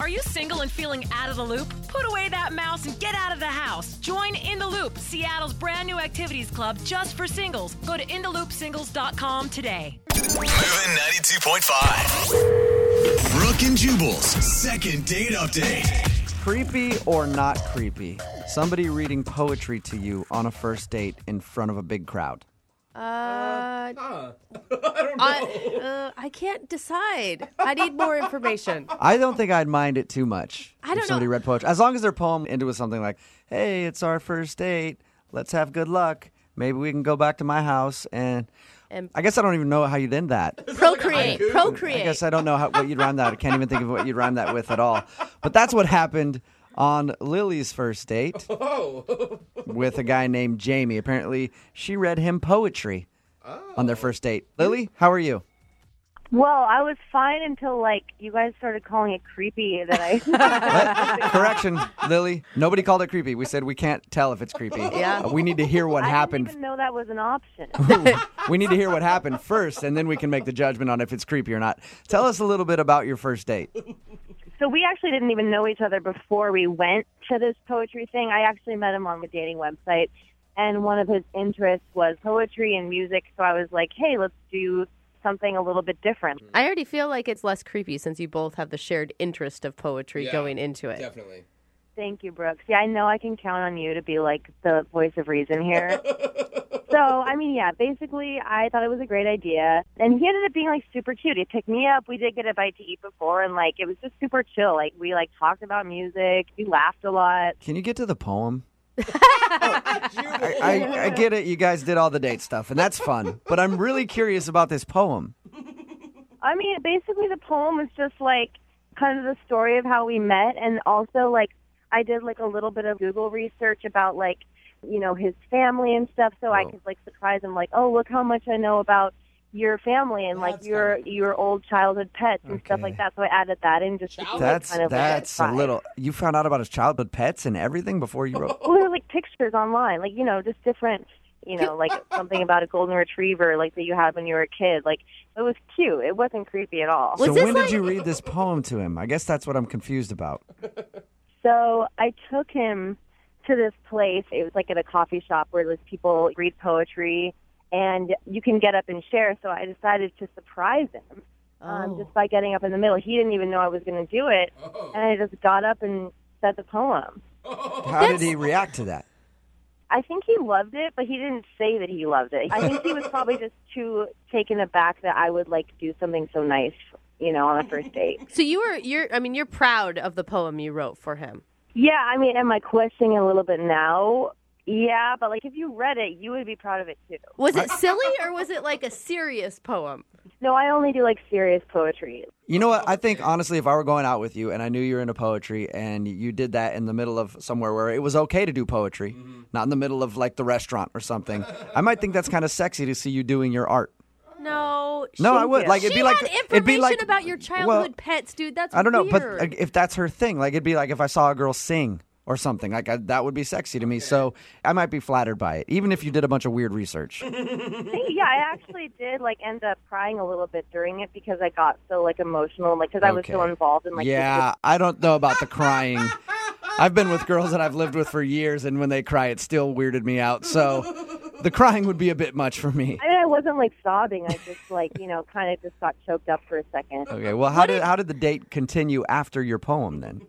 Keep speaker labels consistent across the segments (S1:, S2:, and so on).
S1: Are you single and feeling out of the loop? Put away that mouse and get out of the house. Join In the Loop, Seattle's brand new activities club just for singles. Go to intheloopsingles.com today.
S2: Moving 92.5. Brooke and Jubal's second date update.
S3: Creepy or not creepy? Somebody reading poetry to you on a first date in front of a big crowd.
S4: Uh, I, uh, I can't decide. I need more information.
S3: I don't think I'd mind it too much
S4: I don't
S3: if somebody
S4: know.
S3: read poetry. As long as their poem ended with something like, hey, it's our first date. Let's have good luck. Maybe we can go back to my house and.
S4: And-
S3: I guess I don't even know how you'd end that.
S4: Procreate.
S3: I
S4: Procreate.
S3: guess I don't know how, what you'd rhyme that. I can't even think of what you'd rhyme that with at all. But that's what happened on Lily's first date
S5: Oh.
S3: with a guy named Jamie. Apparently, she read him poetry on their first date.
S5: Oh.
S3: Lily, how are you?
S5: Well, I was fine until like you guys started calling it creepy that I
S3: Correction, Lily. Nobody called it creepy. We said we can't tell if it's creepy.
S4: Yeah.
S3: Uh, We need to hear what
S5: I didn't
S3: happened.
S5: even know that was an option.
S3: We need to hear what happened first, and then we can make the judgment on if it's creepy or not. Tell us a little bit about your first date.
S5: so we actually didn't even know each other before we went to this poetry thing. I actually met him on the dating website and one of his interests was poetry and music, so I was like, "Hey, let's do something a little bit different."
S4: I already feel like it's less creepy since you both have the shared interest of poetry going into it.
S6: Definitely.
S5: Thank you, Brooks. Yeah, I know I can count on you to be like the voice of reason here. so, I mean, yeah, basically, I thought it was a great idea. And he ended up being like super cute. He picked me up. We did get a bite to eat before, and like it was just super chill. Like, we like talked about music. We laughed a lot.
S3: Can you get to the poem? I, I, I get it. You guys did all the date stuff, and that's fun. But I'm really curious about this poem.
S5: I mean, basically, the poem was just like kind of the story of how we met, and also like I did like a little bit of Google research about like you know his family and stuff, so I
S3: Whoa.
S5: could like surprise him, like, oh, look how much I know about your family and like your your old childhood pets and stuff like
S3: Okay.
S5: that. So I added that in just to be, like,
S3: That's
S5: kind of, like,
S3: that's a
S5: surprised.
S3: little. You found out about his childhood pets and everything before you wrote.
S5: Well, there were like pictures online, like you know, just different. You know, like something about a golden retriever, like that you had when you were a kid. Like it was cute. It wasn't creepy at all.
S3: so
S4: this
S3: when did you read this poem to him? I guess that's what I'm confused about.
S5: So I took him to this place. It was like at a coffee shop where those people read poetry and you can get up and share. So I decided to surprise him um,
S4: Oh.
S5: just by getting up in the middle. He didn't even know I was going to do it. And I just got up and said the poem.
S3: How did he react to that?
S5: I think he loved it, but he didn't say that he loved it. I think he was probably just too taken aback that I would like do something so nice, you know, on a first date.
S4: So you were you're I mean you're proud of the poem you wrote for him.
S5: Yeah, I mean, am I questioning it a little bit now? Yeah, but like if you read it, you would be proud of it too.
S4: Was it silly or was it like a serious poem?
S5: No, I only do like serious poetry.
S3: You know what? I think honestly, if I were going out with you and I knew you were into poetry and you did that in the middle of somewhere where it was okay to do poetry, not in the middle of like the restaurant or something, I might think that's kind of sexy to see you doing your art.
S4: No.
S3: No,
S4: she,
S3: I would like it'd
S4: she
S3: be like
S4: had
S3: it'd
S4: information
S3: be like
S4: about your
S3: well,
S4: childhood pets, dude. That's
S3: I don't know,
S4: weird.
S3: but like, if that's her thing, like it'd be like if I saw a girl sing or something, like I, that would be sexy to me. So I might be flattered by it, even if you did a bunch of weird research.
S5: Hey, yeah, I actually did like end up crying a little bit during it because I got so like emotional, like because I was so
S3: Okay.
S5: involved in like this-
S3: yeah, I don't know about the crying. I've been with girls that I've lived with for years, and when they cry, it still weirded me out. So the crying would be a bit much for me.
S5: I mean, I wasn't like sobbing. I just like you know kind of just got choked up for a second.
S3: Okay, well, how did how did the date continue after your poem then?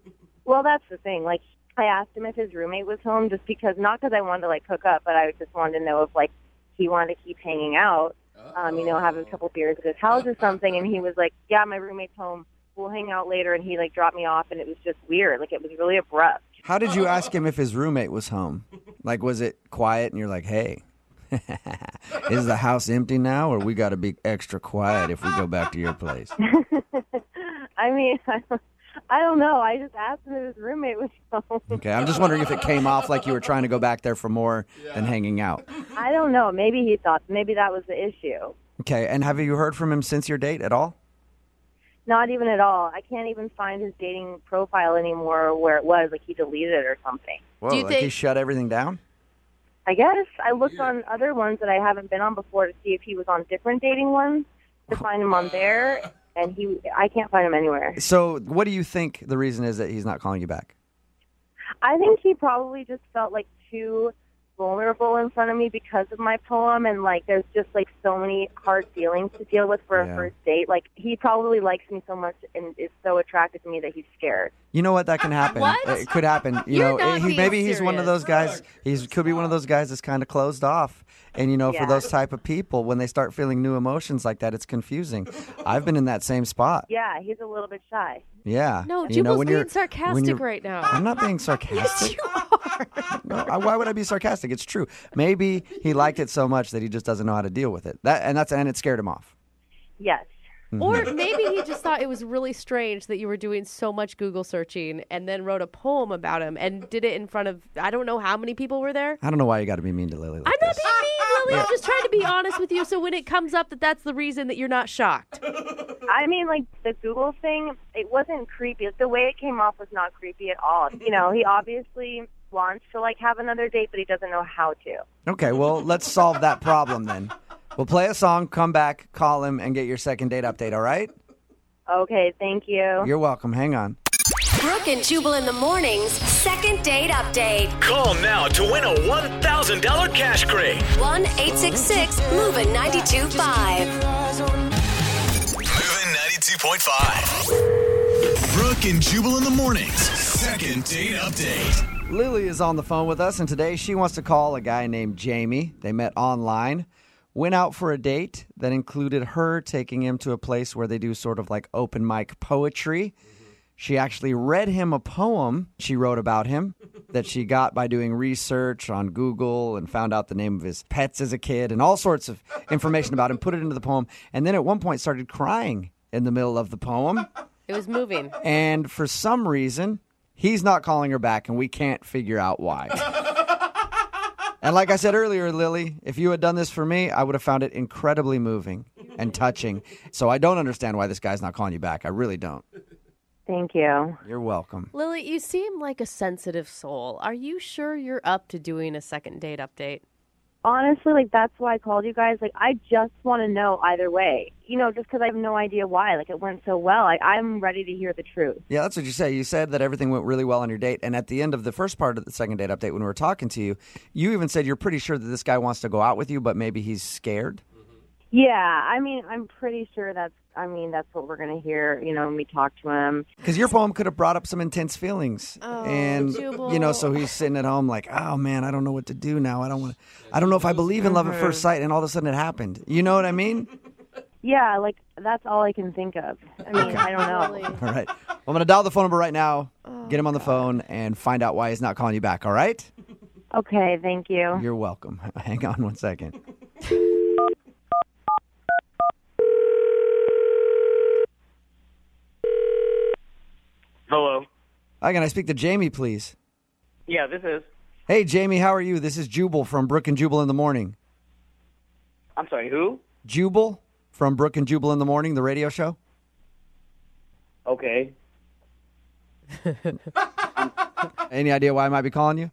S5: Well, that's the thing. Like I asked him if his roommate was home, just because not because I wanted to like hook up, but I just wanted to know if like he wanted to keep hanging out. Um, you know, have a couple beers at his house or something. And he was like, "Yeah, my roommate's home. We'll hang out later." And he like dropped me off, and it was just weird. Like it was really abrupt.
S3: How did you ask him if his roommate was home? Like, was it quiet? And you're like, hey, is the house empty now, or we got to be extra quiet if we go back to your place?
S5: I mean, I don't, I don't know. I just asked him if his roommate was home.
S3: Okay, I'm just wondering if it came off like you were trying to go back there for more than hanging out.
S5: I don't know. Maybe he thought maybe that was the issue.
S3: Okay, and have you heard from him since your date at all?
S5: Not even at all. I can't even find his dating profile anymore or where it was. Like he deleted it or something.
S3: Whoa,
S4: Do you
S3: like he
S4: think-
S3: shut everything down?
S5: I guess I looked on other ones that I haven't been on before to see if he was on different dating ones to find him on there, and he I can't find him anywhere.
S3: So, what do you think the reason is that he's not calling you back?
S5: I think he probably just felt like too vulnerable in front of me because of my poem and like there's just like so many hard feelings to deal with for
S3: Yeah.
S5: a first date. Like he probably likes me so much and is so attracted to me that he's scared.
S3: You know what? That can happen.
S4: What?
S3: It could happen. You
S4: You're
S3: know,
S4: not
S3: he,
S4: being
S3: maybe he's one of
S4: serious.
S3: those guys. He could be one of those guys that's kind of closed off. And you know, for
S5: Yeah.
S3: those type of people, when they start feeling new emotions like that, it's confusing. I've been in that same spot.
S5: Yeah, he's a little bit shy.
S3: Yeah.
S4: No,
S3: you know,
S4: Jubal's
S3: when
S4: being
S3: you're- when
S4: sarcastic
S3: you're-
S4: right now.
S3: I'm not being sarcastic. No, I, why would I be sarcastic? It's true. Maybe he liked it so much that he just doesn't know how to deal with it. That and that's and it scared him off.
S5: Yes.
S3: uh,
S4: Or maybe he just thought it was really strange that you were doing so much Google searching and then wrote a poem about him and did it in front of I don't know how many people were there.
S3: I don't know why you got to be mean to Lily. Like
S4: I'm not
S3: this.
S4: being mean, Lily. I'm just trying to be honest with you. So when it comes up that that's the reason that you're not shocked,
S5: I mean, like the Google thing, it wasn't creepy. The way it came off was not creepy at all. You know, he obviously wants to like have another date, but he doesn't know how to.
S3: Okay, well, let's solve that problem then. We'll play a song, come back, call him, and get your second date update, all right?
S5: Okay, thank you.
S3: You're welcome. Hang on.
S6: Brooke and Jubal in the mornings. Second date update.
S7: Call now to win a $1,000 cash crate.
S6: 1 866 Moving 925.
S2: Moving 92.5. Brooke and Jubal in the mornings. Second date update.
S3: Lily is on the phone with us, and today she wants to call a guy named Jamie. They met online, went out for a date that included her taking him to a place where they do sort of like open mic poetry. She actually read him a poem she wrote about him that she got by doing research on Google and found out the name of his pets as a kid and all sorts of information about him, put it into the poem, and then at one point started crying in the middle of the poem.
S4: it was moving.
S3: And for some reason, he's not calling her back, and we can't figure out why. and like I said earlier, Lily, if you had done this for me, I would have found it incredibly moving and touching. So I don't understand why this guy's not calling you back. I really don't.
S5: Thank you.
S3: You're welcome.
S4: Lily, you seem like a sensitive soul. Are you sure you're up to doing a second date update?
S5: honestly, like that's why I called you guys. Like I just want to know either way. You know, just 'cause I have no idea why. Like it went so well. Like I'm ready to hear the truth.
S3: Yeah, that's what you say. You said that everything went really well on your date. And at the end of the first part of the second date update, when we were talking to you, you even said you're pretty sure that this guy wants to go out with you, but maybe he's scared.
S5: Yeah, I mean, I'm pretty sure that's. I mean, that's what we're gonna hear. You know, when we talk to him.
S3: Because your poem could have brought up some intense feelings, and
S4: Jubal.
S3: you know, so he's sitting at home like, "Oh man, I don't know what to do now. I don't want to. I don't know if I believe in love at first sight." And all of a sudden, it happened. You know what I mean?
S5: Yeah, like that's all I can think of. I mean, I don't know.
S3: All right, I'm gonna dial the phone number right now, get him on the phone, and find out why he's not calling you back. All right?
S5: Okay, thank you.
S3: You're welcome. Hang on one second.
S8: Hello.
S3: Hi, can I speak to Jamie, please?
S8: Yeah, this is.
S3: Hey, Jamie, how are you? This is Jubal from Brook and Jubal in the Morning.
S8: I'm sorry. Who?
S3: Jubal from Brook and Jubal in the Morning, the radio show.
S8: Okay.
S3: Any idea why I might be calling you?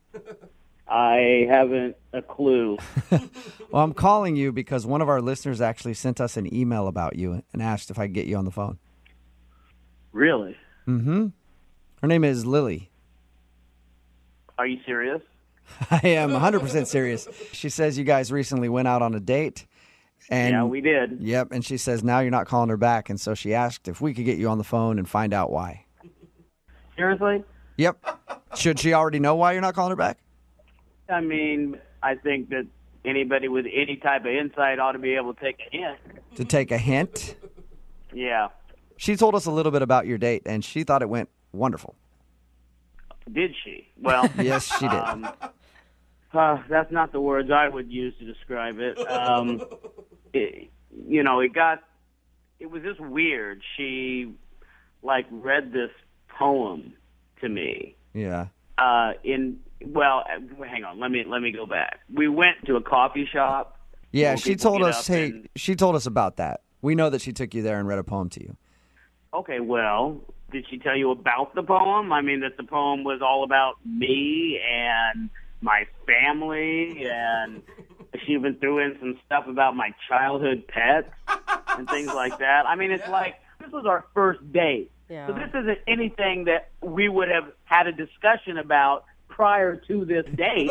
S8: I haven't a clue.
S3: Well, I'm calling you because one of our listeners actually sent us an email about you and asked if I could get you on the phone.
S8: really?
S3: Her name is Lily.
S8: Are you serious?
S3: I am 100% serious. She says you guys recently went out on a date and
S8: yeah, we did.
S3: Yep, and she says now you're not calling her back and so she asked if we could get you on the phone and find out why.
S8: Seriously?
S3: Yep. Should she already know why you're not calling her back?
S8: I mean, I think that anybody with any type of insight ought to be able to take a hint.
S3: To take a hint.
S8: Yeah.
S3: She told us a little bit about your date and she thought it went wonderful.
S8: Did she? Well,
S3: Yes, she did.
S8: Um, uh, that's not the words I would use to describe it. Um, it. You know, it got. It was just weird. She, like, read this poem to me.
S3: yeah.
S8: uh, in well, uh, hang on. Let me let me go back. We went to a coffee shop.
S3: Yeah,
S8: Well,
S3: she
S8: people
S3: told
S8: get
S3: us
S8: up
S3: hey,
S8: and-
S3: she told us about that. We know that she took you there and read a poem to you.
S8: Okay, well, did she tell you about the poem? I mean, that the poem was all about me and my family, and she even threw in some stuff about my childhood pets and things like that. I mean, it's like this was our first date.
S4: Yeah.
S8: So this isn't anything that we would have had a discussion about prior to this date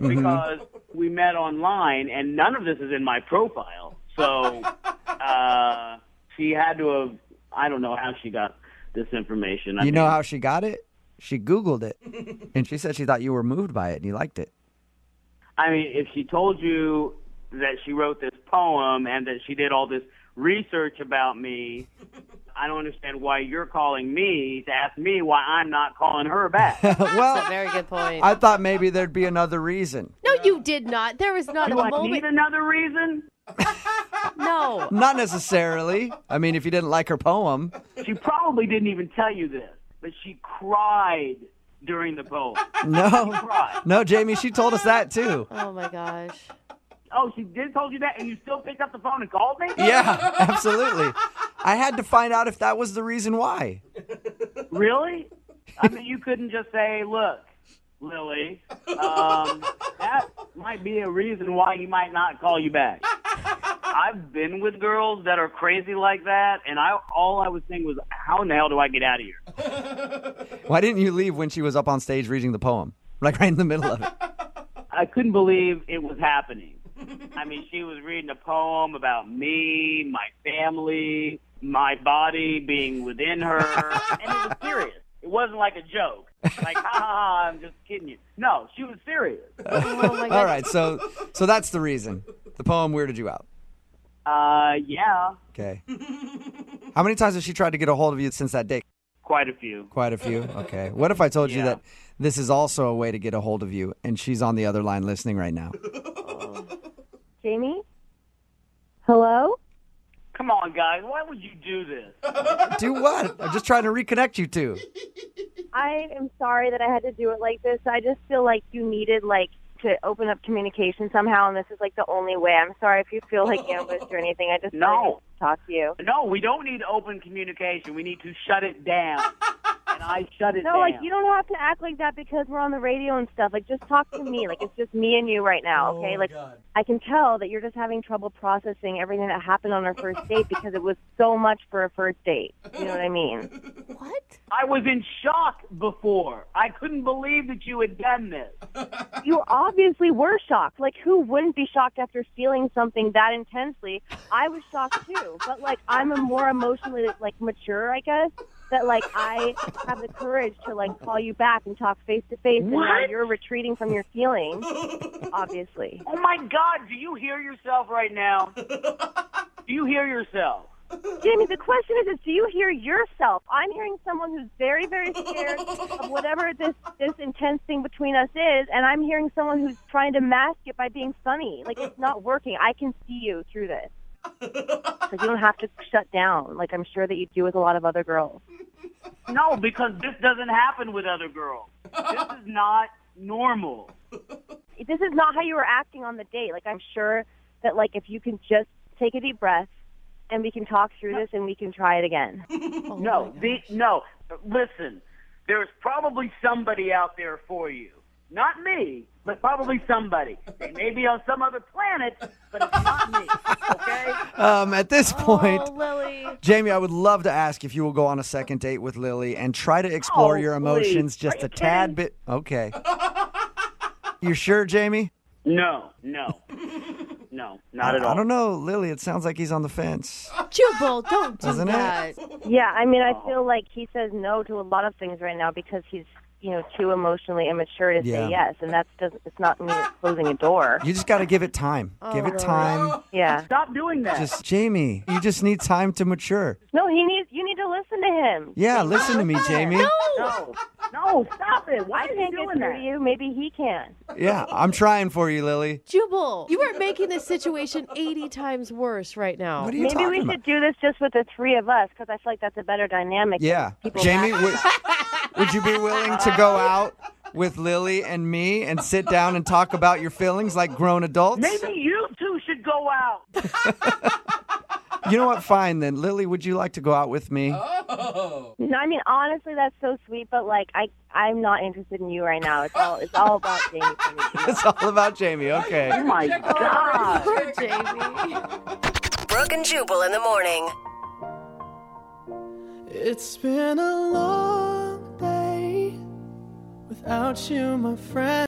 S8: because we met online and none of this is in my profile. So uh, she had to have, I don't know how she got this information. I
S3: You know
S8: mean,
S3: how she got it? She Googled it, and she said she thought you were moved by it and you liked it.
S8: I mean, if she told you that she wrote this poem and that she did all this research about me, I don't understand why you're calling me to ask me why I'm not calling her back.
S3: well,
S4: Very good point.
S3: I thought maybe there'd be another reason.
S4: no, you did not. There was not a
S8: Do I need
S4: moment.
S8: another reason?
S4: No.
S3: Not necessarily. I mean, if you didn't like her poem,
S8: She probably didn't even tell you this, but she cried during the poem.
S3: no,
S8: Cried.
S3: no, Jamie, she told us that too.
S4: Oh my gosh.
S8: Oh, she did told you that, and you still picked up the phone and called me?
S3: Yeah, absolutely. I had to find out if that was the reason why.
S8: Really? I mean, you couldn't just say, look, Lily, um, that might be a reason why he might not call you back. I've been with girls that are crazy like that, and I all I was thinking was, how in the hell do I get out of here?
S3: Why didn't you leave when she was up on stage reading the poem? Like right in the middle of it.
S8: I couldn't believe it was happening. I mean, she was reading a poem about me, my family, my body being within her, and it was serious. It wasn't like a joke. Like, ha ha ha, I'm just kidding you. No, she was serious.
S4: Oh my
S3: All
S4: gosh.
S3: right, so so that's the reason. The poem weirded you out.
S8: Uh, yeah,
S3: Okay. How many times has she tried to get a hold of you since that day?
S8: quite a few.
S3: Quite a few. Okay. What if I told you
S8: Yeah.
S3: that this is also a way to get a hold of you and she's on the other line listening right now?
S5: Jamie? Hello?
S8: Come on, guys, why would you do this?
S3: Do what? I'm just trying to reconnect you two.
S5: I am sorry that I had to do it like this. I just feel like you needed like to open up communication somehow, and this is like the only way. I'm sorry if you feel like ambushed or anything. I just
S8: No.
S5: really need to talk to you.
S8: No, we don't need open communication. We need to shut it down. And I shut it
S5: No,
S8: down.
S5: like you don't have to act like that because we're on the radio and stuff. Like just talk to me. Like it's just me and you right now, okay? like I can tell that you're just having trouble processing everything that happened on our first date because it was so much for a first date. You know what I mean?
S4: What?
S8: I was in shock before. I couldn't believe that you had done this.
S5: You obviously were shocked. Like who wouldn't be shocked after feeling something that intensely? I was shocked too. But like I'm a more emotionally like mature, I guess. That like I have the courage to like call you back and talk face to face, and now
S8: What?
S5: you're retreating from your feelings, obviously.
S8: Oh my God, do you hear yourself right now? Do you hear yourself?
S5: Jamie, the question is, is do you hear yourself? I'm hearing someone who's very, very scared of whatever this this intense thing between us is, and I'm hearing someone who's trying to mask it by being funny. Like it's not working. I can see you through this. Like you don't have to shut down, like I'm sure that you do with a lot of other girls.
S8: No, because this doesn't happen with other girls. This is not normal.
S5: This is not how you were acting on the date. Like I'm sure that like if you can just take a deep breath and we can talk through this and we can try it again.
S8: No, the, no. Listen, there's probably somebody out there for you. Not me, but probably somebody. They may be on some other planet, but it's not me. Okay?
S3: Um, at this point,
S4: Oh, Lily.
S3: Jamie, I would love to ask if you will go on a second date with Lily and try to explore
S8: Oh,
S3: your emotions
S8: please.
S3: just
S8: Are you
S3: a tad
S8: kidding?
S3: bit. Okay. you sure, Jamie?
S8: No, no, no, not at all.
S3: I don't know, Lily. It sounds like he's on the fence.
S4: Jubal, don't do
S3: Isn't it?
S4: that.
S5: Yeah, I mean, I
S3: Oh.
S5: feel like he says no to a lot of things right now because he's, you know, too emotionally immature to
S3: Yeah.
S5: say yes, and that's doesn't. It's not me that's closing a door.
S3: You just got to give it time.
S8: Oh,
S3: give it time.
S5: Yeah.
S8: Stop doing that.
S3: Just Jamie, you just need time to mature.
S5: No, he needs. You need to listen to him.
S3: Yeah, listen to me, Jamie.
S8: no, no, stop it. Why
S5: I
S8: are you
S5: can't get
S8: doing
S5: through to
S8: that?
S5: you. Maybe he can.
S3: Yeah, I'm trying for you, Lily.
S4: Jubal, you are making this situation 80 times worse right now.
S3: What are you
S5: Maybe
S3: talking
S5: we
S3: about?
S5: should do this just with the three of us because I feel like that's a better dynamic.
S3: Yeah.
S5: People
S3: Jamie,
S5: laugh.
S3: would, would you be willing to go out with Lily and me and sit down and talk about your feelings like grown adults?
S8: Maybe you two should go out.
S3: You know what? Fine then. Lily, would you like to go out with me?
S5: Oh. No, I mean honestly, that's so sweet, but like I, I'm not interested in you right now. It's all, it's all about Jamie. for me.
S3: It's all about Jamie. Okay.
S8: Oh my God.
S4: Poor Jamie.
S6: Brooke and Jubal in the morning.
S9: It's been a long day without you, my friend.